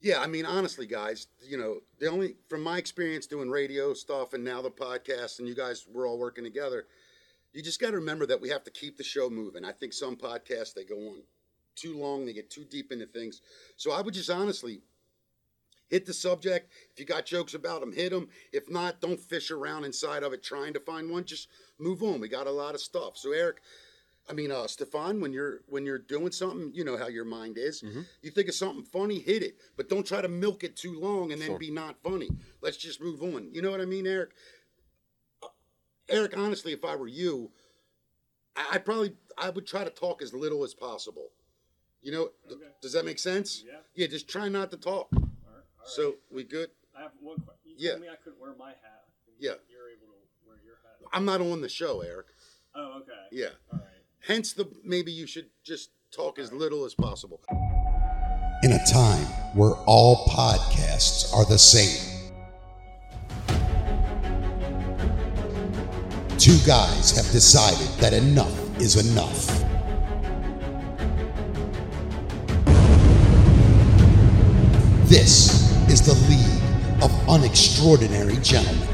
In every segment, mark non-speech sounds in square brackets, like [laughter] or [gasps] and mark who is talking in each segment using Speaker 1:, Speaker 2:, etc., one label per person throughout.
Speaker 1: yeah, I mean, honestly, guys, you know, the only from my experience doing radio stuff and now the podcast, and you guys, we're all working together. You just got to remember that we have to keep the show moving. I think some podcasts they go on too long, they get too deep into things. So I would just honestly hit the subject. If you got jokes about them, hit them. If not, don't fish around inside of it trying to find one. Just move on. We got a lot of stuff. So Eric, I mean, uh, Stefan, when you're when you're doing something, you know how your mind is. You think of something funny, hit it, but don't try to milk it too long and then be not funny. Let's just move on. You know what I mean, Eric? Uh, Eric, honestly, if I were you, I, I probably I would try to talk as little as possible. You know, th- does that make sense?
Speaker 2: Yeah.
Speaker 1: Yeah, just try not to talk.
Speaker 2: All right, all right.
Speaker 1: So we good?
Speaker 2: I have one question. You
Speaker 1: Yeah.
Speaker 2: told me I couldn't wear my hat. and
Speaker 1: Yeah.
Speaker 2: You're able to wear your hat.
Speaker 1: I'm not on the show, Eric.
Speaker 2: Oh, okay.
Speaker 1: Yeah.
Speaker 2: All right.
Speaker 1: Hence the maybe you should just talk as little as possible.
Speaker 3: in a time where all podcasts are the same. Two guys have decided that enough is enough. This is the League of Unextraordinary Gentlemen.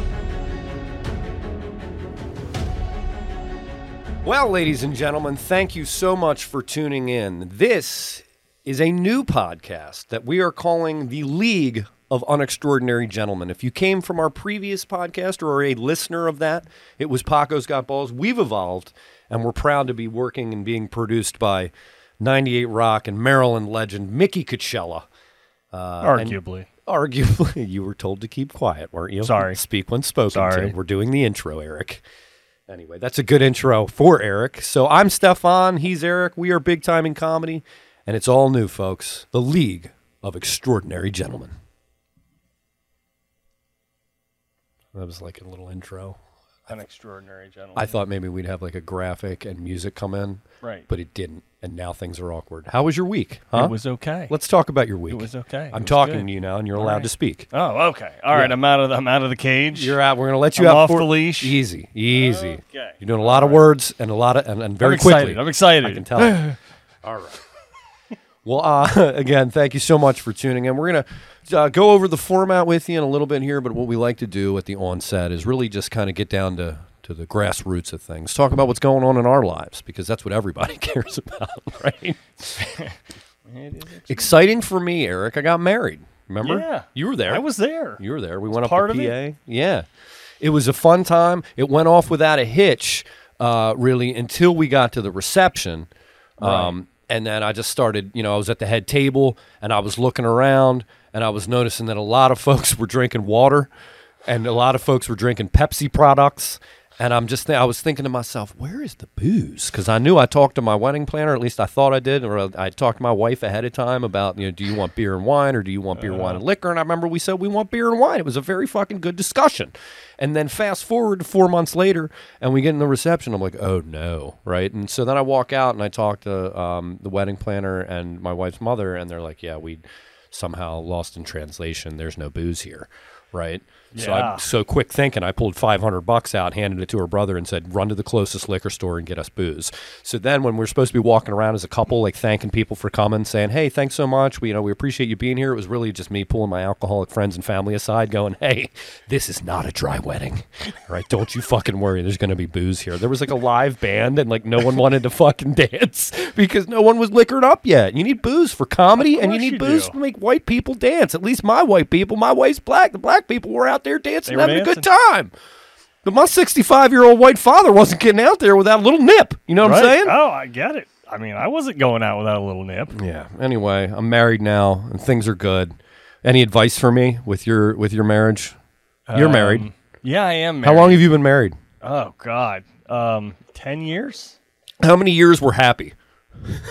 Speaker 4: Well, ladies and gentlemen, thank you so much for tuning in. This is a new podcast that we are calling the League of Unextraordinary Gentlemen. If you came from our previous podcast or are a listener of that, it was Paco's Got Balls. We've evolved and we're proud to be working and being produced by 98 Rock and Maryland legend Mickey Coachella.
Speaker 5: Arguably.
Speaker 4: Arguably, [laughs] you were told to keep quiet, weren't you?
Speaker 5: Sorry.
Speaker 4: Speak when spoken
Speaker 5: Sorry.
Speaker 4: to. We're doing the intro, Eric. Anyway, that's a good intro for Eric. So I'm Stefan. He's Eric. We are big time in comedy, and it's all new, folks. The League of Extraordinary Gentlemen. That was like a little intro.
Speaker 5: An extraordinary gentleman.
Speaker 4: I thought maybe we'd have like a graphic and music come in,
Speaker 5: Right.
Speaker 4: But it didn't, and now things are awkward. How was your week? Huh?
Speaker 5: It was okay.
Speaker 4: Let's talk about your week.
Speaker 5: was okay. It
Speaker 4: I'm
Speaker 5: was
Speaker 4: talking
Speaker 5: good.
Speaker 4: to you now, and you're allowed to speak.
Speaker 5: oh, okay. All right. I'm out of the, I'm out of the cage.
Speaker 4: You're out. We're gonna let you
Speaker 5: I'm
Speaker 4: out
Speaker 5: off
Speaker 4: for-
Speaker 5: the leash.
Speaker 4: Easy, easy.
Speaker 5: Okay.
Speaker 4: You're doing a lot of words and a lot of and, and very
Speaker 5: I'm excited.
Speaker 4: quickly.
Speaker 5: I'm excited.
Speaker 4: I can tell. All right. [laughs]
Speaker 5: [laughs]
Speaker 4: Well, uh, [laughs] again, thank you so much for tuning in. We're gonna uh, go over the format with you in a little bit here, but what we like to do at the onset is really just kind of get down to to the grassroots of things. Talk about what's going on in our lives because that's what everybody [laughs] cares about, [laughs] right?
Speaker 5: [laughs] It is ex-
Speaker 4: Exciting for me, Eric. I got married. Remember?
Speaker 5: Yeah.
Speaker 4: You were there.
Speaker 5: [gasps] I was there.
Speaker 4: You were there. We went up
Speaker 5: part
Speaker 4: to
Speaker 5: of
Speaker 4: PA.
Speaker 5: it?
Speaker 4: Yeah, it was a fun time. It went off without a hitch, uh, really, until we got to the reception. Um, And then I just started. You know, I was at the head table and I was looking around and I was noticing that a lot of [laughs] folks were drinking water, and a lot of folks were drinking Pepsi products. And I'm just, th- I was thinking to myself, where is the booze? Because I knew I talked to my wedding planner, at least I thought I did, or I, I talked to my wife ahead of time about, you know, do you want beer and wine or do you want
Speaker 5: Uh-huh.
Speaker 4: beer, wine, and liquor? And I remember we said we want beer and wine. It was a very fucking good discussion. And then fast forward to four months later, and we get in the reception. I'm like, oh no, right? And so then I walk out and I talk to um, the wedding planner and my wife's mother, and they're like, yeah, we somehow lost in translation. There's no booze here, right? So I
Speaker 5: Yeah.
Speaker 4: so quick thinking, I pulled 500 bucks out, handed it to her brother, and said, "Run to the closest liquor store and get us booze." So then, when we're supposed to be walking around as a couple, like thanking people for coming, saying, "Hey, thanks so much. We, you know, we appreciate you being here," it was really just me pulling my alcoholic friends and family aside, going, "Hey, this is not a dry wedding, [laughs] all right? Don't you fucking worry. There's going to be booze here." There was like a live band, and like no one wanted to fucking [laughs] dance because no one was liquored up yet. You need booze for comedy, and you need
Speaker 5: course you
Speaker 4: booze
Speaker 5: do.
Speaker 4: to make white people dance. At least my white people, my wife's black. The black people were out there dancing
Speaker 5: They
Speaker 4: and
Speaker 5: were
Speaker 4: having a good time. But my 65 year old white father wasn't getting out there without a little nip. You know what
Speaker 5: Right?
Speaker 4: I'm saying?
Speaker 5: Oh, I get it. I mean, I wasn't going out without a little nip.
Speaker 4: Yeah. Anyway, I'm married now and things are good. Any advice for me with your with your marriage? You're married.
Speaker 5: Yeah, I am
Speaker 4: How
Speaker 5: Um, married.
Speaker 4: long have you been married?
Speaker 5: Oh God. Um, ten years.
Speaker 4: How many years were happy?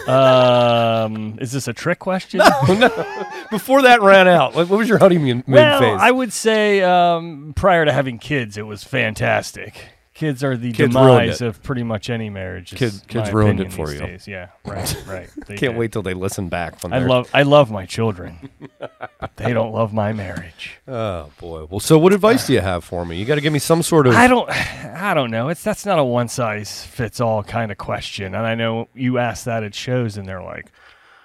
Speaker 5: Um, is this a trick question?
Speaker 4: Before that ran out, what what was your honeymoon
Speaker 5: well,
Speaker 4: phase?
Speaker 5: I would say um, prior to having kids, it was fantastic. Kids are the
Speaker 4: Kids ruined
Speaker 5: demise
Speaker 4: it.
Speaker 5: of pretty much any marriage. is
Speaker 4: Kid- kids
Speaker 5: my
Speaker 4: ruined it
Speaker 5: opinion
Speaker 4: for
Speaker 5: these
Speaker 4: you.
Speaker 5: days. Yeah, right,
Speaker 4: [laughs]
Speaker 5: right. They
Speaker 4: Can't
Speaker 5: did.
Speaker 4: wait till they listen back. From
Speaker 5: I
Speaker 4: their-
Speaker 5: love, I love my children. but they don't love my marriage.
Speaker 4: Oh boy. Well, so what advice do you have for me? You got to give me some sort of.
Speaker 5: I don't, I don't know. It's that's not a one size fits all kind of question. And I know you ask that at shows, and they're like,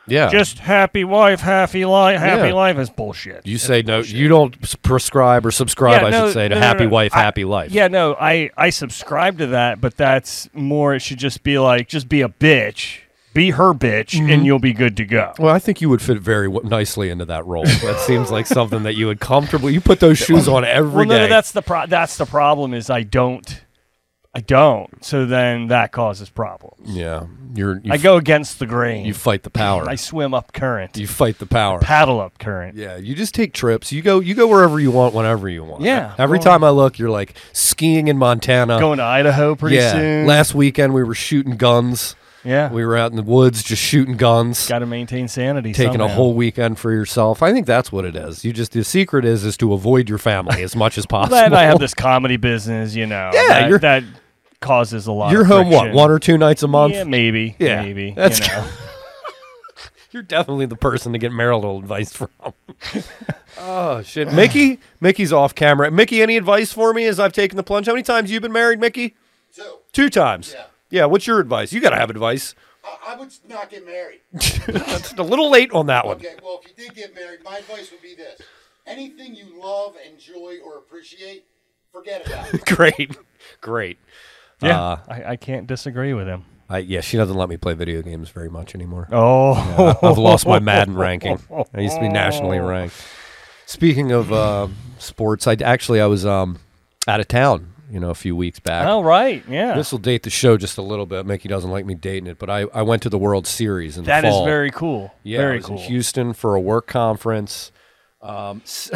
Speaker 4: Yeah.
Speaker 5: Just happy wife, happy life, happy
Speaker 4: Yeah.
Speaker 5: life is bullshit.
Speaker 4: you
Speaker 5: It's
Speaker 4: say no.
Speaker 5: bullshit.
Speaker 4: You don't s- prescribe or subscribe.
Speaker 5: Yeah,
Speaker 4: I
Speaker 5: no,
Speaker 4: should say to
Speaker 5: no, no,
Speaker 4: happy
Speaker 5: no.
Speaker 4: wife,
Speaker 5: I-
Speaker 4: happy life.
Speaker 5: Yeah, no, I I subscribe to that, but that's more. It should just be like, just be a bitch, be her bitch,
Speaker 4: Mm-hmm.
Speaker 5: and you'll be good to go.
Speaker 4: Well, I think you would fit very w- nicely into that [laughs] role. that seems like something that you would comfortably. You put those shoes on every
Speaker 5: Well,
Speaker 4: day.
Speaker 5: no, no, that's the pro- that's the problem is I don't, I don't. So then that causes problems.
Speaker 4: yeah. You're. You
Speaker 5: I
Speaker 4: f-
Speaker 5: go against the grain.
Speaker 4: You fight the power.
Speaker 5: I swim up current.
Speaker 4: you fight the power.
Speaker 5: paddle up current.
Speaker 4: Yeah, you just take trips. You go you go wherever you want, whenever you want.
Speaker 5: Yeah,
Speaker 4: Every
Speaker 5: well-
Speaker 4: time I look, you're like skiing in Montana.
Speaker 5: Going to Idaho pretty
Speaker 4: yeah.
Speaker 5: soon.
Speaker 4: Last weekend we were shooting guns.
Speaker 5: yeah,
Speaker 4: We were out in the woods just shooting guns.
Speaker 5: got to maintain sanity.
Speaker 4: Taking a
Speaker 5: somehow.
Speaker 4: whole weekend for yourself. I think that's what it is. You just the secret is is to avoid your family as much as possible.
Speaker 5: [laughs] Glad I have this comedy business. You know,
Speaker 4: Yeah,
Speaker 5: that,
Speaker 4: you're-
Speaker 5: that causes a lot.
Speaker 4: [laughs] You're
Speaker 5: of
Speaker 4: home what,
Speaker 5: friction.
Speaker 4: one or two nights a month?
Speaker 5: Yeah, maybe.
Speaker 4: Yeah,
Speaker 5: maybe.
Speaker 4: that's
Speaker 5: you know.
Speaker 4: [laughs] You're definitely the person to get marital advice
Speaker 5: [laughs]
Speaker 4: from. oh shit. Mickey? Mickey's off camera. Mickey, any advice for me as I've taken the plunge? How many times you been married, Mickey?
Speaker 1: So
Speaker 4: Two times.
Speaker 1: Yeah.
Speaker 4: what's your advice? You got to have advice. [laughs]
Speaker 1: I, I would not get married.
Speaker 4: That's a little late on that one.
Speaker 1: Okay, well, if you did get married, my advice would be this: anything you love, enjoy, or appreciate, forget about. it.
Speaker 4: [laughs] Great. Great.
Speaker 5: yeah,
Speaker 4: Uh,
Speaker 5: I, I can't disagree with him.
Speaker 4: I, yeah, she doesn't let me play video games very much anymore.
Speaker 5: Oh,
Speaker 4: I- I've lost my
Speaker 5: [laughs]
Speaker 4: Madden ranking. I used to be nationally ranked. Speaking of uh, sports, I actually I was um, out of town, you know, a few weeks back.
Speaker 5: [laughs] all right. Yeah,
Speaker 4: This will date the show just a little bit. Mickey doesn't like me dating it, but I, I went to the World Series in
Speaker 5: that
Speaker 4: the
Speaker 5: is
Speaker 4: fall.
Speaker 5: very cool.
Speaker 4: Yeah, I
Speaker 5: very
Speaker 4: was
Speaker 5: cool.
Speaker 4: in Houston for a work conference. Um, s-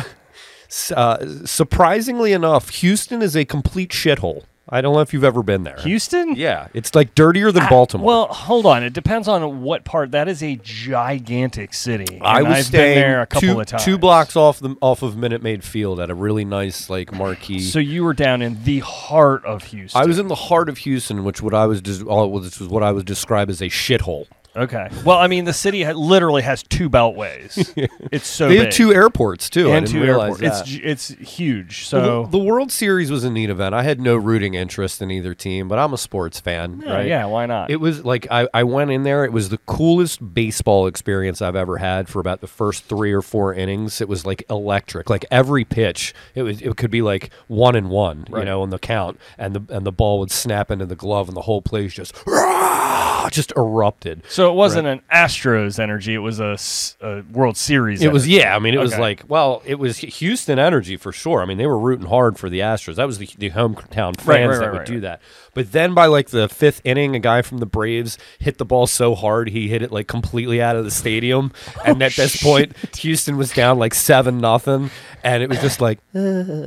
Speaker 4: s- uh, surprisingly enough, Houston is a complete shithole. I don't know if you've ever been there.
Speaker 5: Houston?
Speaker 4: Yeah, it's like dirtier
Speaker 5: Ah,
Speaker 4: than Baltimore.
Speaker 5: Well, hold on. It depends on what part. That is a gigantic city.
Speaker 4: I
Speaker 5: and
Speaker 4: was
Speaker 5: I've
Speaker 4: staying
Speaker 5: been there a couple
Speaker 4: two,
Speaker 5: of times.
Speaker 4: two blocks off the off of Minute Maid Field at a really nice like marquee.
Speaker 5: So you were down in the heart of Houston.
Speaker 4: I was in the heart of Houston, which what I was des- all, which was what I would describe as a shithole.
Speaker 5: Okay. Well, I mean, the city ha- literally has
Speaker 4: [laughs]
Speaker 5: two beltways. it's so
Speaker 4: They
Speaker 5: big.
Speaker 4: have two airports too. I
Speaker 5: and
Speaker 4: didn't
Speaker 5: two
Speaker 4: realize
Speaker 5: airports.
Speaker 4: that.
Speaker 5: It's j- it's huge.
Speaker 4: The-
Speaker 5: So
Speaker 4: the World Series was a neat event. I had no rooting interest in either team, but I'm a sports fan,
Speaker 5: Yeah,
Speaker 4: right?
Speaker 5: yeah, why not?
Speaker 4: It was like I, I went in there. It was the coolest baseball experience I've ever had for about the first three or four innings. It was like electric. Like every pitch, it was it could be like one and one, you know, on the count, and the and the ball would snap into the glove, and the whole place just just erupted.
Speaker 5: so it wasn't an Astros energy. It was a, s- a World Series.
Speaker 4: It was
Speaker 5: energy.
Speaker 4: yeah. I mean, it was
Speaker 5: Okay.
Speaker 4: like well, it was Houston energy for sure. I mean, they were rooting hard for the Astros. That was the, the hometown fans
Speaker 5: Right, right,
Speaker 4: that
Speaker 5: right,
Speaker 4: would
Speaker 5: right,
Speaker 4: do
Speaker 5: right.
Speaker 4: that. But then by like the fifth inning, a guy from the Braves hit the ball so hard he hit it like completely out of the stadium.
Speaker 5: [laughs]
Speaker 4: And at this
Speaker 5: Oh,
Speaker 4: point, Houston was down like seven nothing, and it was just
Speaker 5: [laughs]
Speaker 4: like uh,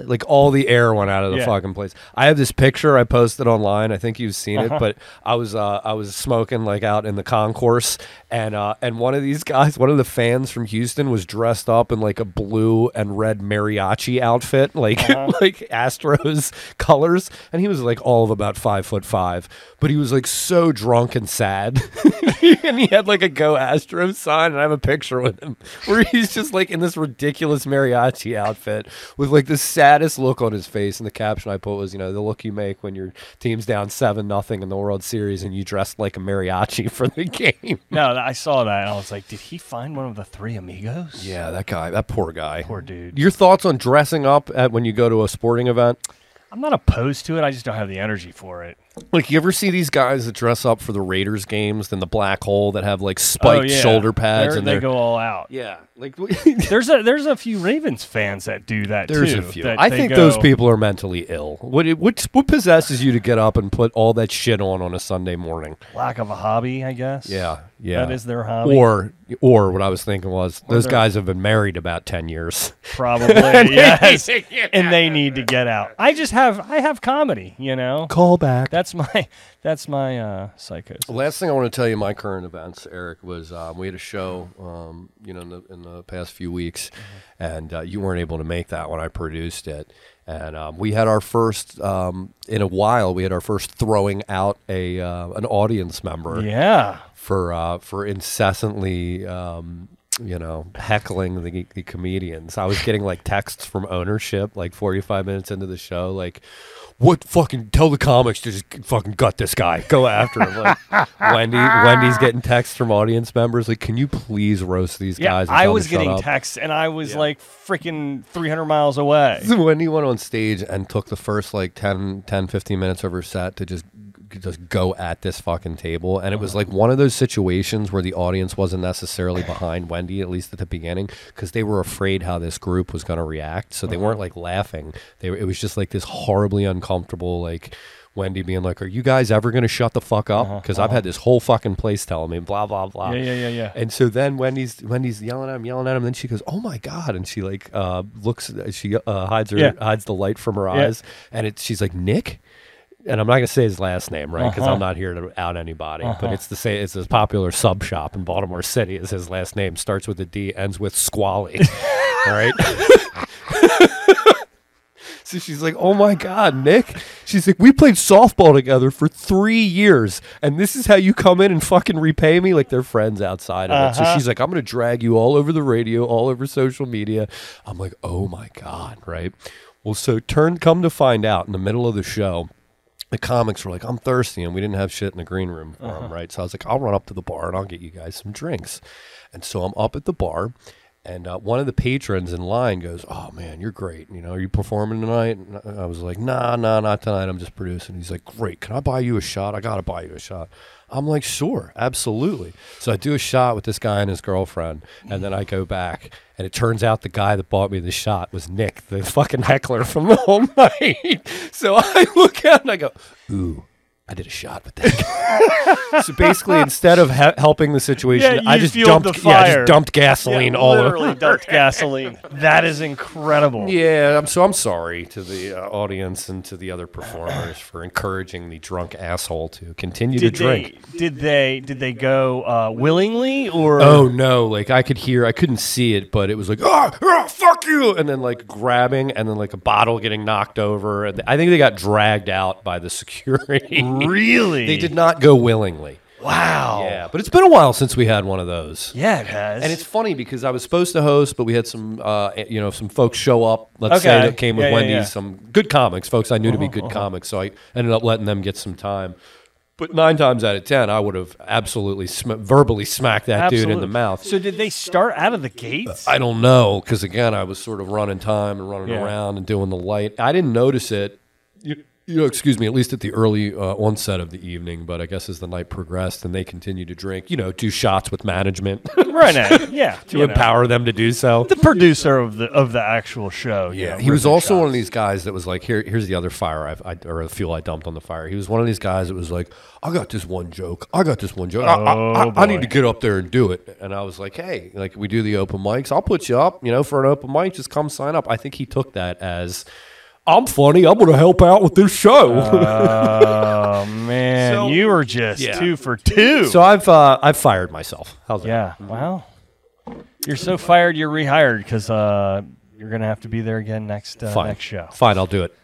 Speaker 4: like all the air went out of the
Speaker 5: Yeah.
Speaker 4: fucking place. I have this picture I posted online. I think you've seen
Speaker 5: Uh-huh.
Speaker 4: it, but I was uh, I was smoking like out in the concourse, and uh, and one of these guys, one of the fans from Houston, was dressed up in like a blue and red mariachi outfit, like [laughs] like Astros colors, and he was like all of about five foot five, but he was like so drunk and sad, [laughs] and he had like a Go Astros sign, and I have a picture with him where he's just like in this ridiculous mariachi outfit with like the saddest look on his face, and the caption I put was, you know, the look you make when your team's down seven nothing in the World Series and you dressed like a mariachi [laughs] for the game.
Speaker 5: No, th- I saw that and I was like, did he find one of the three amigos?
Speaker 4: Yeah, that guy, that poor guy,
Speaker 5: Poor dude.
Speaker 4: Your thoughts on dressing up at when you go to a sporting event?
Speaker 5: I'm not opposed to it. I just don't have the energy for it.
Speaker 4: Like, you ever see these guys that dress up for the Raiders games, then the black hole that have like spiked
Speaker 5: Oh, yeah.
Speaker 4: shoulder pads
Speaker 5: They're-
Speaker 4: and
Speaker 5: they
Speaker 4: they're-
Speaker 5: go all out.
Speaker 4: Yeah, like [laughs]
Speaker 5: There's a there's a few Ravens fans that do that
Speaker 4: there's
Speaker 5: too.
Speaker 4: a few.
Speaker 5: that
Speaker 4: I
Speaker 5: they
Speaker 4: think those
Speaker 5: go-
Speaker 4: people are mentally ill. What it- what what possesses you to get up and put all that shit on on a Sunday morning?
Speaker 5: lack of a hobby, I guess.
Speaker 4: Yeah, yeah.
Speaker 5: That is their hobby.
Speaker 4: Or or what I was thinking was those
Speaker 5: they're-
Speaker 4: guys have been married about ten years. [laughs]
Speaker 5: probably yes and they need to get out i just have i have comedy you know
Speaker 4: Call back.
Speaker 5: that's my [laughs] that's my uh psychosis
Speaker 4: Last thing I want to tell you, my current events, Eric, was um, we had a show, um, you know, in the, in the past few weeks, and uh, you weren't able to make that when I produced it, and um, we had our first um, in a while. We had our first throwing out a uh, an audience member
Speaker 5: yeah
Speaker 4: for uh, for incessantly um, you know, heckling the, the comedians. I was getting like texts from ownership like 45 minutes into the show, like, what fucking tell the comics to just fucking gut this guy, go after him. Like, Wendy, Wendy's getting texts from audience members, like, can you please roast these
Speaker 5: Yeah,
Speaker 4: guys? and
Speaker 5: I
Speaker 4: tell them
Speaker 5: was
Speaker 4: to shut
Speaker 5: getting
Speaker 4: up?"
Speaker 5: texts, and I was like freaking 300 miles away.
Speaker 4: [laughs] Wendy went on stage and took the first like 10, 10 15 minutes of her set to just just go at this fucking table and it was like one of those situations where the audience wasn't necessarily behind Wendy at least at the beginning because they were afraid how this group was going to react so they weren't like laughing they were- it was just like this horribly uncomfortable like Wendy being like are you guys ever going to shut the fuck up because I've had this whole fucking place telling me blah blah blah
Speaker 5: Yeah, yeah, yeah, yeah.
Speaker 4: and so then Wendy's Wendy's yelling at him, yelling at him. And then she goes, "Oh my god!" And she like uh, looks, she uh, hides her
Speaker 5: Yeah.
Speaker 4: hides the light from her
Speaker 5: Yeah.
Speaker 4: eyes, and it, she's like, "Nick." And I'm not gonna say his last name, right? Because
Speaker 5: Uh-huh.
Speaker 4: I'm not here to out anybody. But it's the same. It's this popular sub shop in Baltimore City. Is his last name starts with a D, ends with
Speaker 5: [laughs]
Speaker 4: Squally. All right. [laughs] So she's like, "Oh my God, Nick!" She's like, "We played softball together for three years, and this is how you come in and fucking repay me." Like they're friends outside of it. So she's like, "I'm gonna drag you all over the radio, all over social media." I'm like, "Oh my God!" Right? Well, so turn come to find out in the middle of the show. The comics were like, I'm thirsty, and we didn't have shit in the green room for 'em, right? So I was like, I'll run up to the bar and I'll get you guys some drinks. And so I'm up at the bar, and uh, one of the patrons in line goes, "Oh man, you're great. You know, are you performing tonight?" And I- I was like, "Nah, nah, not tonight. I'm just producing." He's like, "Great. Can I buy you a shot? I gotta buy you a shot." I'm like, "Sure, absolutely." So I do a shot with this guy and his girlfriend, and then I go back, and it turns out the guy that bought me the shot was Nick, the [laughs] fucking heckler from [laughs] the whole night. so I look out and I go, "Ooh." I did a shot with that. guy." [laughs] so basically, instead of he- helping the situation,
Speaker 5: Yeah,
Speaker 4: I
Speaker 5: you
Speaker 4: just
Speaker 5: fueled
Speaker 4: dumped,
Speaker 5: the
Speaker 4: yeah, I
Speaker 5: fire.
Speaker 4: just dumped gasoline
Speaker 5: Yeah,
Speaker 4: all over.
Speaker 5: literally dumped gasoline. That is
Speaker 4: [laughs]
Speaker 5: incredible.
Speaker 4: Yeah, I'm, so I'm sorry to the uh, audience and to the other performers for encouraging the drunk asshole to continue
Speaker 5: Did
Speaker 4: to drink.
Speaker 5: they? Did they? Did they go uh, willingly or?
Speaker 4: Oh no! Like I could hear, I couldn't see it, but it was like, oh, oh, fuck you, and then like grabbing, and then like a bottle getting knocked over. And I think they got dragged out by the security. [laughs]
Speaker 5: really?
Speaker 4: they did not go willingly.
Speaker 5: Wow.
Speaker 4: Yeah, but it's been a while since we had one of those.
Speaker 5: Yeah, it has.
Speaker 4: And it's funny because I was supposed to host, but we had some, uh, you know, some folks show up. Let's say
Speaker 5: Okay.
Speaker 4: that came with
Speaker 5: Yeah, yeah,
Speaker 4: Wendy's,
Speaker 5: yeah. Uh-huh,
Speaker 4: some good comics, folks I knew to be good comics. So I ended up letting them get some time. But nine times out of ten, I would have absolutely sm- verbally smacked that dude in the
Speaker 5: Absolute.
Speaker 4: mouth.
Speaker 5: So did they start out of the gates?
Speaker 4: I don't know because again, I was sort of running time and running
Speaker 5: Yeah.
Speaker 4: around and doing the light. I didn't notice it. You, you know, excuse me, at least at the early uh, onset of the evening. But I guess as the night progressed and they continued to drink, you know, do shots with management [laughs]
Speaker 5: right now. Yeah.
Speaker 4: to
Speaker 5: you know.
Speaker 4: empower them to do so.
Speaker 5: the producer of the of the actual show. you know,
Speaker 4: he was
Speaker 5: ripping
Speaker 4: also
Speaker 5: shots.
Speaker 4: one of these guys that was like, here, here's the other fire I've, I, or the fuel I dumped on the fire. He was one of these guys that was like, I got this one joke, I got this one joke, I, I,
Speaker 5: Oh,
Speaker 4: I, I need to get up there and do it. And I was like, hey, like we do the open mics, I'll put you up, you know, for an open mic, just come sign up. I think he took that as, I'm funny, I'm gonna help out with this show.
Speaker 5: Oh man,
Speaker 4: So-
Speaker 5: you were just
Speaker 4: Yeah.
Speaker 5: two for
Speaker 4: [laughs]
Speaker 5: two.
Speaker 4: so I've uh, I've fired myself. How's that?
Speaker 5: yeah. Wow. You're so fired. You're rehired because uh, you're gonna have to be there again next uh,
Speaker 4: Fine.
Speaker 5: next show.
Speaker 4: Fine, I'll do it.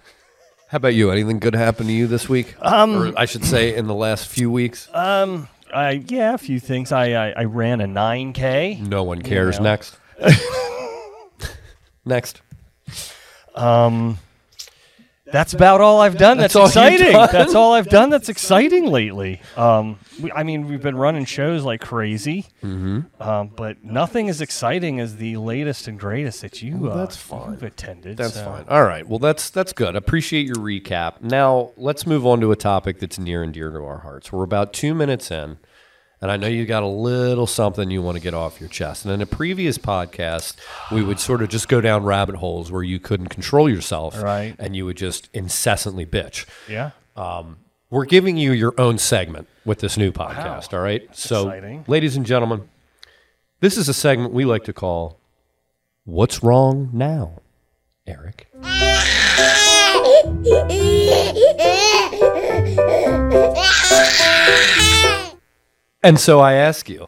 Speaker 4: How about you? Anything good happened to you this week? Um, or I should say, in the last few weeks.
Speaker 5: Um, I yeah, a few things. I I, I ran a nine k.
Speaker 4: No one cares.
Speaker 5: know.
Speaker 4: Next. [laughs] Next.
Speaker 5: That's about all I've done. That's,
Speaker 4: That's all you've
Speaker 5: exciting.
Speaker 4: done?
Speaker 5: That's all I've done. That's exciting lately. Um, we, I mean, we've been running shows like crazy, mm-hmm. um, but nothing as exciting as the latest and greatest that you uh,
Speaker 4: that's fine.
Speaker 5: you've attended.
Speaker 4: That's
Speaker 5: so-
Speaker 4: fine. All right. Well, that's that's good. Appreciate your recap. Now let's move on to a topic that's near and dear to our hearts. We're about two minutes in, and I know you got a little something you want to get off your chest. And in a previous podcast, we would sort of just go down rabbit holes where you couldn't control yourself,
Speaker 5: Right.
Speaker 4: And you would just incessantly bitch.
Speaker 5: Yeah.
Speaker 4: We're giving you your own segment with this new podcast. All right. So,
Speaker 5: exciting.
Speaker 4: ladies and gentlemen, this is a segment we like to call "What's Wrong Now." Eric. And so I ask you,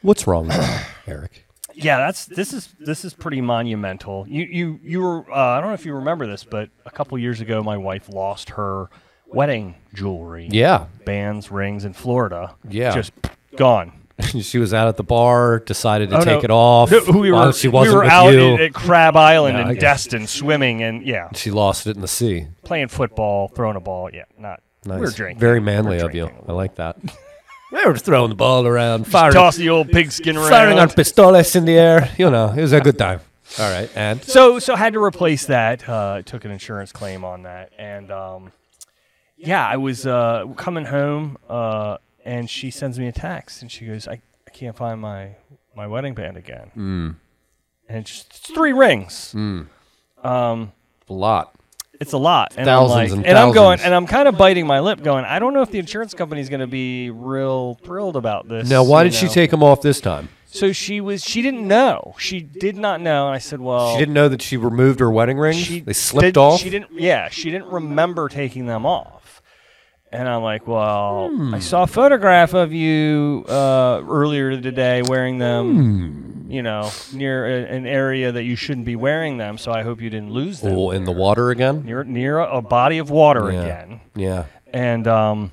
Speaker 4: what's wrong, with
Speaker 5: [clears throat]
Speaker 4: you, Eric?
Speaker 5: Yeah, that's this is this is pretty monumental. You you you were uh, I don't know if you remember this, but a couple years ago, my wife lost her wedding jewelry.
Speaker 4: Yeah, [laughs]
Speaker 5: bands, rings in Florida.
Speaker 4: Yeah.
Speaker 5: Just gone.
Speaker 4: she was out at the bar, decided to
Speaker 5: Oh,
Speaker 4: take
Speaker 5: no.
Speaker 4: it off.
Speaker 5: No, we
Speaker 4: Well,
Speaker 5: were,
Speaker 4: she wasn't
Speaker 5: we were
Speaker 4: with
Speaker 5: out
Speaker 4: you.
Speaker 5: at- at Crab Island
Speaker 4: Yeah, I
Speaker 5: and
Speaker 4: guess.
Speaker 5: Destin swimming and yeah,
Speaker 4: she lost it in the sea.
Speaker 5: playing football, throwing a ball. Yeah, not
Speaker 4: Nice.
Speaker 5: we we're drinking.
Speaker 4: Very manly
Speaker 5: We're
Speaker 4: of you.
Speaker 5: drinking.
Speaker 4: I like
Speaker 5: [laughs]
Speaker 4: that. we were throwing the ball around, firing,
Speaker 5: Toss the old pigskin around.
Speaker 4: firing our pistoles in the air. You know, it was a good time. All right, and
Speaker 5: so so had to replace that. Uh, took an insurance claim on that, and um, yeah, I was uh, coming home, uh, and she sends me a text, and she goes, "I, I can't find my my wedding band again."
Speaker 4: Mm.
Speaker 5: And it's just it's three rings.
Speaker 4: a lot.
Speaker 5: It's a lot, and
Speaker 4: Thousands
Speaker 5: I'm like,
Speaker 4: and
Speaker 5: and I'm going,
Speaker 4: thousands.
Speaker 5: and I'm kind of biting my lip, going, "I don't know if the insurance company's going to be real thrilled about this."
Speaker 4: Now, why
Speaker 5: you
Speaker 4: did she
Speaker 5: know?
Speaker 4: take him off this time?
Speaker 5: So she was, she didn't know. She did not know, and I said, "Well,
Speaker 4: She didn't know that she removed her wedding ring.
Speaker 5: she
Speaker 4: They slipped
Speaker 5: did-
Speaker 4: off.
Speaker 5: She didn't. Yeah, she didn't remember taking them off. And I'm like, well, I
Speaker 4: Hmm.
Speaker 5: saw a photograph of you uh, earlier today wearing them.
Speaker 4: Hmm.
Speaker 5: You know, near a, an area that you shouldn't be wearing them. So I hope you didn't lose them.
Speaker 4: Oh, in the water again.
Speaker 5: Near near a, a body of water
Speaker 4: Yeah.
Speaker 5: again.
Speaker 4: Yeah.
Speaker 5: And um,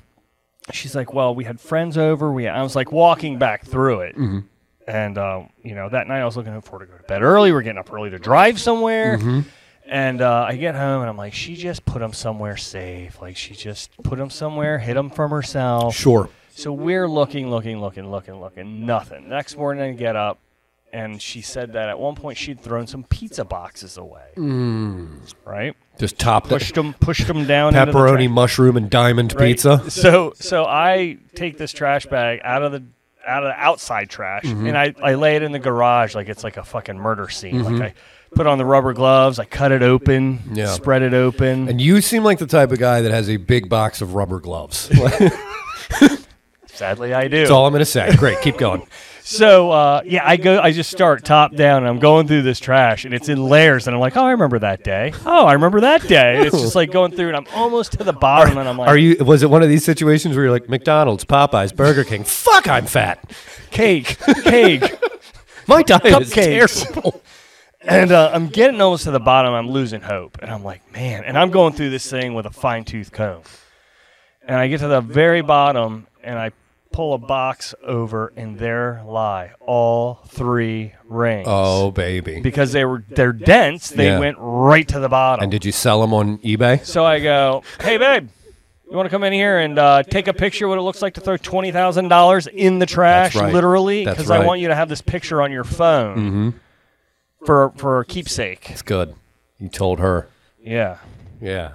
Speaker 5: she's like, well, we had friends over. We I was like walking back through it.
Speaker 4: Mm-hmm.
Speaker 5: And um, you know, that night I was looking forward to go to bed early. We're getting up early to drive somewhere.
Speaker 4: Mm-hmm.
Speaker 5: And uh, I get home and I'm like, she just put them somewhere safe. Like she just put them somewhere, hid them from herself.
Speaker 4: Sure.
Speaker 5: So we're looking, looking, looking, looking, looking. Nothing. Next morning I get up, and she said that at one point she'd thrown some pizza boxes away. Right?
Speaker 4: Just topped
Speaker 5: Pushed them, pushed them down. into the
Speaker 4: Mm. [laughs] pepperoni,
Speaker 5: trash-
Speaker 4: mushroom, and diamond
Speaker 5: right?
Speaker 4: pizza.
Speaker 5: So so I take this trash bag out of the out of the outside trash
Speaker 4: Mm-hmm.
Speaker 5: and I, I lay it in the garage like it's like a fucking murder scene. Like I put on the rubber gloves, I cut it open,
Speaker 4: Mm-hmm. Yeah.
Speaker 5: spread it open.
Speaker 4: And you seem like the type of guy that has a big box of rubber gloves. [laughs] That's
Speaker 5: Sadly I do.
Speaker 4: all I'm going to say. Great, keep going.
Speaker 5: So uh, yeah, I go. I just start top down, and I'm going through this trash, and it's in layers, and I'm like, oh, I remember that day. Oh, I remember that day. And it's just like going through, and I'm almost to the bottom, and I'm like,
Speaker 4: Are you? Was it one of these situations where you're like McDonald's, Popeyes, Burger King? Fuck, I'm fat.
Speaker 5: cake, cake?
Speaker 4: My diet is
Speaker 5: Cupcakes.
Speaker 4: terrible. [laughs]
Speaker 5: And uh, I'm getting almost to the bottom. I'm losing hope, and I'm like, man. And I'm going through this thing with a fine tooth comb, and I get to the very bottom, and I pull a box over, and there lie all three rings.
Speaker 4: Oh baby.
Speaker 5: Because they were they're dense, they
Speaker 4: Yeah.
Speaker 5: went right to the bottom.
Speaker 4: and did you sell them on eBay?
Speaker 5: So I go, hey, babe, you want to come in here and uh, take a picture of what it looks like to throw $20,000 in the trash,
Speaker 4: That's right.
Speaker 5: literally?
Speaker 4: That's
Speaker 5: Because
Speaker 4: right. Mm-hmm.
Speaker 5: I want you to have this picture on your phone for, for a keepsake.
Speaker 4: It's good. You told her.
Speaker 5: Yeah.
Speaker 4: Yeah.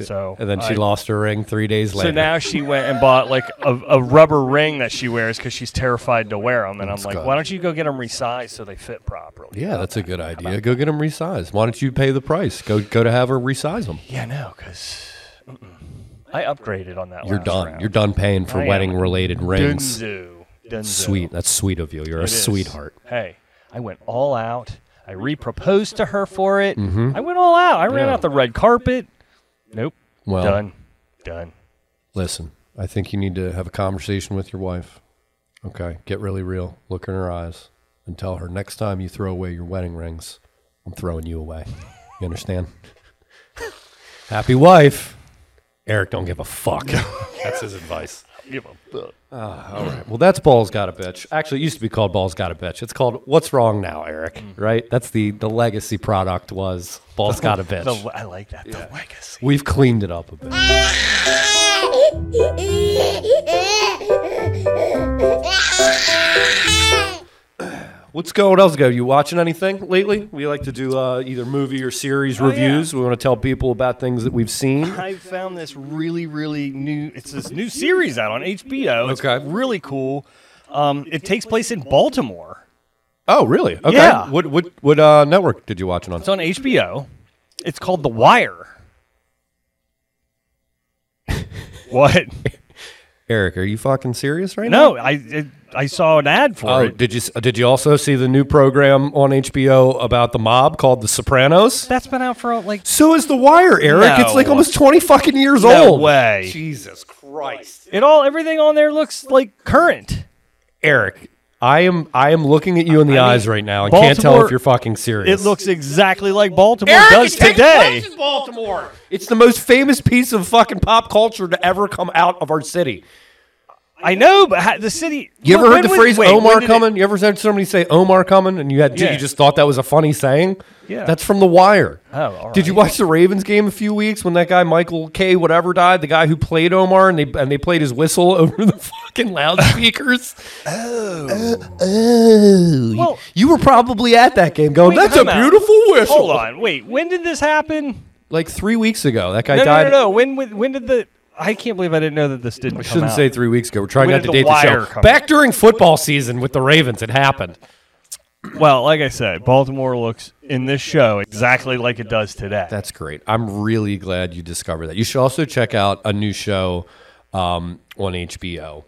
Speaker 5: So
Speaker 4: And then she
Speaker 5: I-
Speaker 4: lost her ring three days later.
Speaker 5: So now she went and bought like a, a rubber ring that she wears because she's terrified to wear them. And I'm like,
Speaker 4: good.
Speaker 5: why don't you go get them resized so they fit properly?
Speaker 4: yeah, that's a good idea. Go get them resized. Why don't you pay the price? Go go to have her resize them.
Speaker 5: Yeah, no, because I upgraded on that.
Speaker 4: You're
Speaker 5: last
Speaker 4: done.
Speaker 5: round.
Speaker 4: You're done paying for
Speaker 5: I am
Speaker 4: wedding related rings.
Speaker 5: Dunzo. Dunzo.
Speaker 4: Sweet. That's sweet of you. You're a
Speaker 5: It is.
Speaker 4: sweetheart.
Speaker 5: Hey, I went all out. I reproposed to her for it. I went all out. I ran
Speaker 4: Mm-hmm. Yeah.
Speaker 5: out the red carpet. Nope.
Speaker 4: Well,
Speaker 5: Done. Done.
Speaker 4: listen, I think you need to have a conversation with your wife. Okay. Get really real. Look in her eyes and tell her next time you throw away your wedding rings, I'm throwing you away. You understand? [laughs] Happy wife. Eric, don't give a fuck. [laughs] that's his advice. All right. Well, that's Balls Got a Bitch. Actually, it used to be called Balls Got a Bitch. It's called What's Wrong Now, Eric, right? That's the, the legacy product was [laughs] Balls Got a Bitch.
Speaker 5: The, I like that. The legacy.
Speaker 4: We've cleaned it up a bit. What's going else go? You watching anything lately? We like to do uh, either movie or series reviews. We want to tell people about things that we've seen.
Speaker 5: I found this really, really new. It's this new series out on HBO. It's
Speaker 4: Okay.
Speaker 5: really cool. Um, it takes place in Baltimore.
Speaker 4: [laughs] Oh, really? Okay.
Speaker 5: Yeah.
Speaker 4: What what what uh, network did you watch it on?
Speaker 5: It's on HBO. It's called The Wire. [laughs]
Speaker 4: [laughs]
Speaker 5: what?
Speaker 4: Eric, are you fucking serious right now?
Speaker 5: No, I it, I saw an ad for
Speaker 4: Oh,
Speaker 5: it.
Speaker 4: did you s- did you also see the new program on HBO about the mob called The Sopranos?
Speaker 5: That's been out for uh, like
Speaker 4: So is The Wire, Eric.
Speaker 5: No.
Speaker 4: It's like almost twenty fucking years
Speaker 5: no
Speaker 4: old.
Speaker 5: way.
Speaker 4: Jesus Christ,
Speaker 5: It all everything on there looks like current.
Speaker 4: Eric. I am I am looking at you in the
Speaker 5: I mean,
Speaker 4: eyes right now. I can't tell
Speaker 5: Baltimore-
Speaker 4: if you're fucking serious.
Speaker 5: It looks exactly like Baltimore does today.
Speaker 4: Baltimore. It's the most famous piece of fucking pop culture to ever come out of our city.
Speaker 5: I know, but ha- the city.
Speaker 4: You ever
Speaker 5: When-
Speaker 4: heard the
Speaker 5: when-
Speaker 4: phrase
Speaker 5: wait, when
Speaker 4: Omar
Speaker 5: did it-
Speaker 4: coming? You ever heard somebody say Omar coming, and you had
Speaker 5: Yeah.
Speaker 4: you just thought that was a funny saying?
Speaker 5: Yeah.
Speaker 4: that's from The Wire.
Speaker 5: Oh, all
Speaker 4: Did you
Speaker 5: right.
Speaker 4: watch the Ravens game a few weeks when that guy Michael K. whatever died, the guy who played Omar, and they and they played his whistle [laughs] over the fucking
Speaker 5: [laughs]
Speaker 4: loudspeakers? Uh, oh,
Speaker 5: Well-
Speaker 4: you, were probably at that game going,
Speaker 5: Wait,
Speaker 4: "That's a
Speaker 5: time out.
Speaker 4: beautiful whistle."
Speaker 5: Hold on. Wait. When did this happen?
Speaker 4: like three weeks ago, that guy
Speaker 5: No, no,
Speaker 4: died.
Speaker 5: no, no. When, when, when did the? I can't believe I didn't know that this didn't.
Speaker 4: I
Speaker 5: come
Speaker 4: shouldn't
Speaker 5: out.
Speaker 4: say three weeks ago. We're trying
Speaker 5: When
Speaker 4: not
Speaker 5: did
Speaker 4: to
Speaker 5: The
Speaker 4: date the
Speaker 5: Wire
Speaker 4: show.
Speaker 5: come
Speaker 4: Back during football season with the Ravens, it happened.
Speaker 5: Well, like I said, Baltimore looks in this show exactly like it does today.
Speaker 4: That's great. I'm really glad you discovered that. You should also check out a new show um, on HBO.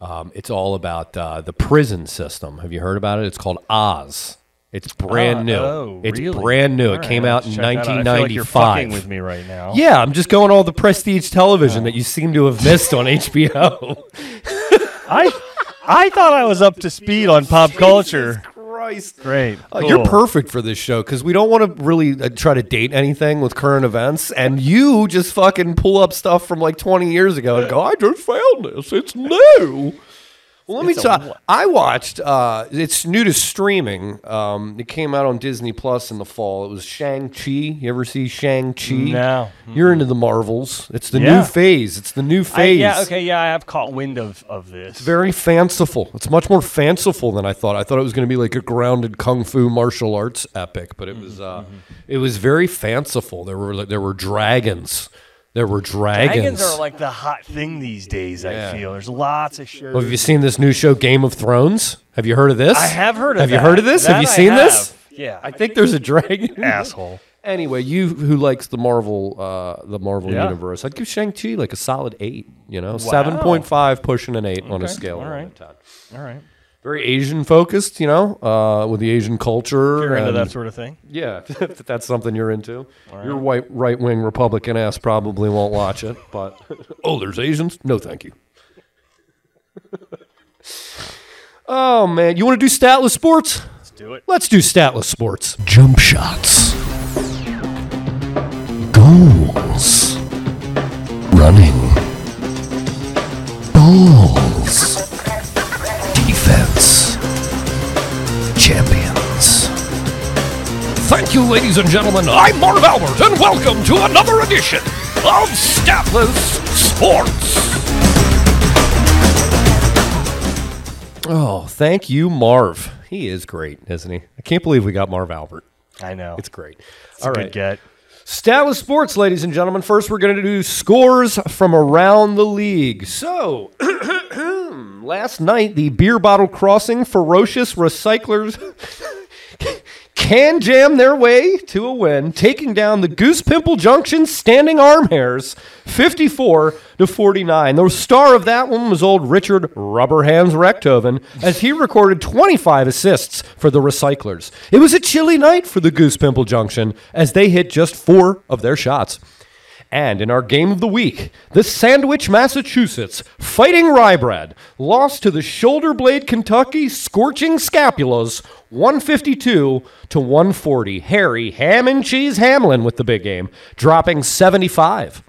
Speaker 4: Um, it's all about uh, the prison system. Have you heard about it? It's called Oz. It's brand
Speaker 5: Ah,
Speaker 4: new.
Speaker 5: oh,
Speaker 4: it's
Speaker 5: really?
Speaker 4: brand new.
Speaker 5: All
Speaker 4: it came
Speaker 5: right,
Speaker 4: out
Speaker 5: let's
Speaker 4: in
Speaker 5: check that out. I feel like you're fucking
Speaker 4: 1995.
Speaker 5: with me right now.
Speaker 4: yeah, I'm just going all the prestige television that you seem to have missed on [laughs] HBO.
Speaker 5: I I thought I was
Speaker 4: [laughs]
Speaker 5: up to speed on pop culture.
Speaker 4: Christ.
Speaker 5: Great.
Speaker 4: Uh, You're
Speaker 5: cool.
Speaker 4: perfect for this show because we don't want to really uh, try to date anything with current events, and you just fucking pull up stuff from like 20 years ago and go, "I just found this. It's new." Well, let me tell. I watched. Uh, it's new to streaming. Um, it came out on Disney Plus in the fall. It was Shang Chi. You ever see Shang Chi?
Speaker 5: No.
Speaker 4: You're into the Marvels. It's the
Speaker 5: Yeah.
Speaker 4: new phase. It's the new
Speaker 5: I-
Speaker 4: phase.
Speaker 5: yeah, okay, yeah, I have caught wind of, of this.
Speaker 4: Very fanciful. It's much more fanciful than I thought. I thought it was going to be like a grounded kung fu martial arts epic, but it
Speaker 5: Mm-hmm.
Speaker 4: was uh, it was very fanciful. There were there were dragons. There were dragons.
Speaker 5: Dragons are like the hot thing these days, I feel. There's lots of shows.
Speaker 4: Well, have you seen this new show, Game of Thrones? Have you heard of this?
Speaker 5: I have heard of
Speaker 4: Have you
Speaker 5: that.
Speaker 4: heard of this? have
Speaker 5: That
Speaker 4: you
Speaker 5: I
Speaker 4: seen this?
Speaker 5: have. Yeah.
Speaker 4: I think there's a
Speaker 5: [laughs]
Speaker 4: dragon.
Speaker 5: Asshole.
Speaker 4: Anyway, you who likes the Marvel, uh, the Marvel
Speaker 5: Yeah.
Speaker 4: universe, I'd give Shang Chi like a solid eight. You know, seven point five, pushing an eight on a scale of
Speaker 5: all
Speaker 4: one
Speaker 5: right.
Speaker 4: to ten.
Speaker 5: All right.
Speaker 4: very Asian focused, you know, uh, with the Asian culture.
Speaker 5: You're into
Speaker 4: and-
Speaker 5: that sort of thing.
Speaker 4: yeah, [laughs] if that's something you're into. Your white right wing Republican ass probably won't watch it, but oh, there's Asians? No, thank you. [laughs] oh man, you want to do statless sports?
Speaker 5: Let's do it.
Speaker 4: Let's do statless sports. Jump shots.
Speaker 3: Goals. Running. Balls. Defense. Champions.
Speaker 4: Thank you, ladies and gentlemen. I'm Marv Albert, and welcome to another edition of Statless Sports. Oh, thank you, Marv. He is great, isn't he? I can't believe we got Marv Albert.
Speaker 5: I know.
Speaker 4: It's
Speaker 5: It's
Speaker 4: great.
Speaker 5: a
Speaker 4: All
Speaker 5: good
Speaker 4: right.
Speaker 5: get.
Speaker 4: Statless Sports, ladies and gentlemen. First, we're going to do scores from around the league. So, [clears throat] last night, the beer bottle crossing ferocious recyclers [laughs] can jam their way to a win, taking down the Goose Pimple Junction standing arm hairs 54 to 49. The star of that one was old Richard Rubber Hands Rechtoven, as he recorded 25 assists for the recyclers. It was a chilly night for the Goose Pimple Junction, as they hit just four of their shots. And in our game of the week, the Sandwich, Massachusetts, fighting Ryebrad, lost to the Shoulder Blade, Kentucky, scorching scapulas, 152 to 140. Harry Ham and Cheese Hamlin with the big game, dropping 75.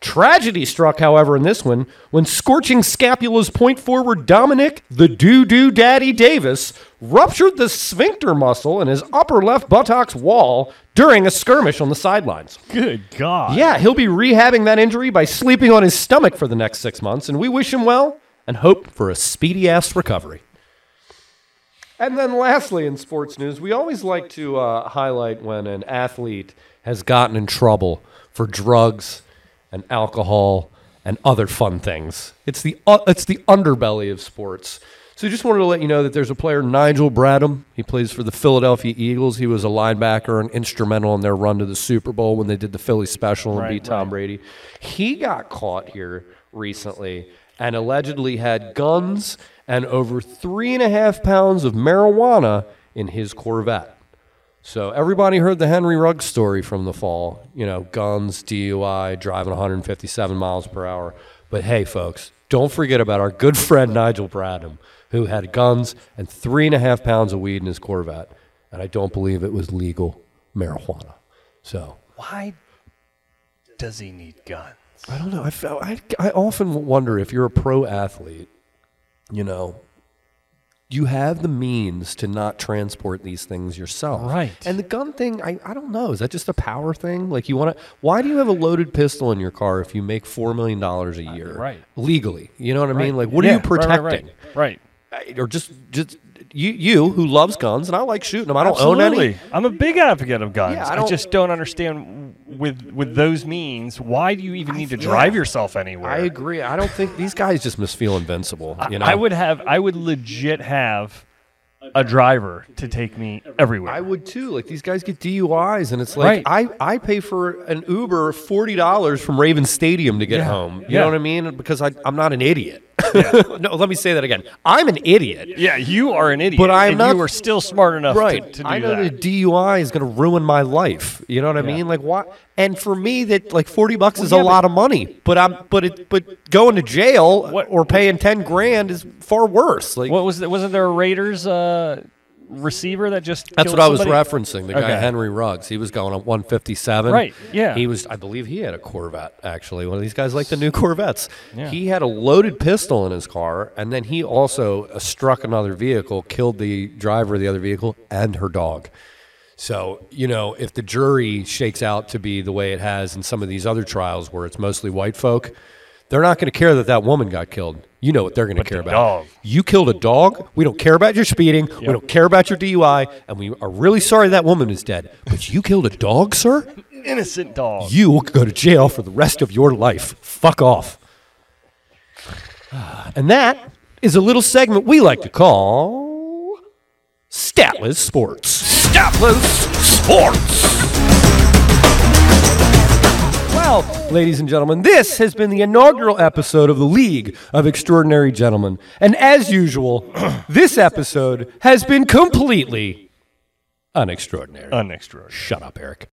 Speaker 4: Tragedy struck, however, in this one when scorching scapula's point forward Dominic the Doo Doo Daddy Davis ruptured the sphincter muscle in his upper left buttocks wall during a skirmish on the sidelines.
Speaker 5: Good God.
Speaker 4: Yeah, he'll be rehabbing that injury by sleeping on his stomach for the next six months, and we wish him well and hope for a speedy ass recovery. And then, lastly, in sports news, we always like to uh, highlight when an athlete has gotten in trouble for drugs and alcohol and other fun things. It's the uh, it's the underbelly of sports. So, just wanted to let you know that there's a player, Nigel Bradham. He plays for the Philadelphia Eagles. He was a linebacker and instrumental in their run to the Super Bowl when they did the Philly special and beat Tom Brady. He got caught here recently and allegedly had guns and over three and a half pounds of marijuana in his Corvette. So everybody heard the Henry Ruggs story from the fall, you know, guns, DUI, driving 157 miles per hour. But hey, folks, don't forget about our good friend Nigel Bradham, who had guns and three and a half pounds of weed in his Corvette. And I don't believe it was legal marijuana. So
Speaker 5: Why does he need guns?
Speaker 4: I don't know. I, felt, I, I often wonder if you're a pro athlete you know, you have the means to not transport these things yourself.
Speaker 5: Right.
Speaker 4: And the gun thing, I, I don't know. Is that just a power thing? Like, you want to, why do you have a loaded pistol in your car if you make $4 million a year?
Speaker 5: Uh, right.
Speaker 4: Legally. You know what I mean? Like, what
Speaker 5: Yeah,
Speaker 4: are you protecting?
Speaker 5: Right. right, right. Right.
Speaker 4: I- Or just, just, you, you who loves guns, and I like shooting them. I don't own
Speaker 5: Absolutely.
Speaker 4: any.
Speaker 5: I'm a big advocate of guns.
Speaker 4: Yeah, I
Speaker 5: I,
Speaker 4: don't-
Speaker 5: just don't understand with with those means. Why do you even need to drive yourself anywhere?
Speaker 4: I agree. I don't think these guys just must feel invincible.
Speaker 5: I-
Speaker 4: You know,
Speaker 5: I would have. I would legit have a driver to take me everywhere.
Speaker 4: I would too. Like these guys get DUIs, and it's like I, I pay for an Uber forty dollars from Raven Stadium to get home. You know
Speaker 5: Yeah.
Speaker 4: what I mean? Because I, I'm not an idiot. [laughs] no, let me say that again. I'm an idiot.
Speaker 5: yeah, you are an idiot.
Speaker 4: But I'm
Speaker 5: and
Speaker 4: not-
Speaker 5: You are still smart enough
Speaker 4: Right.
Speaker 5: to, to do
Speaker 4: I know that
Speaker 5: that.
Speaker 4: DUI is going to ruin my life. You know what I mean? Like why? And for me, that like forty bucks is a lot of money. But I'm but it but going to jail
Speaker 5: What-
Speaker 4: or paying ten grand is far worse. Like
Speaker 5: What was it? Wasn't there a Raiders uh, receiver that just?
Speaker 4: That's
Speaker 5: killed
Speaker 4: what I was
Speaker 5: somebody?
Speaker 4: referencing. The guy
Speaker 5: Okay.
Speaker 4: Henry Ruggs, he was going on 157.
Speaker 5: Right, yeah.
Speaker 4: He was, I believe, he had a Corvette. Actually, one of these guys like the new Corvettes. He had a loaded pistol in his car, and then he also uh, struck another vehicle, killed the driver of the other vehicle and her dog. So you know, if the jury shakes out to be the way it has in some of these other trials, where it's mostly white folk, they're not going to care that that woman got killed. You know what they're going to care
Speaker 5: the
Speaker 4: about.
Speaker 5: dog.
Speaker 4: You killed a dog. We don't care about your speeding. We don't care about your DUI. And we are really sorry that woman is dead. But you killed a dog, sir?
Speaker 5: Innocent dog.
Speaker 4: You will go to jail for the rest of your life. Fuck off. And that is a little segment we like to call Statless Sports. Statless Sports. Well, ladies and gentlemen, this has been the inaugural episode of the League of Extraordinary Gentlemen. And as usual, [clears throat] this episode has been completely unextraordinary.
Speaker 5: Unextraordinary.
Speaker 4: Uh, Shut up, Eric.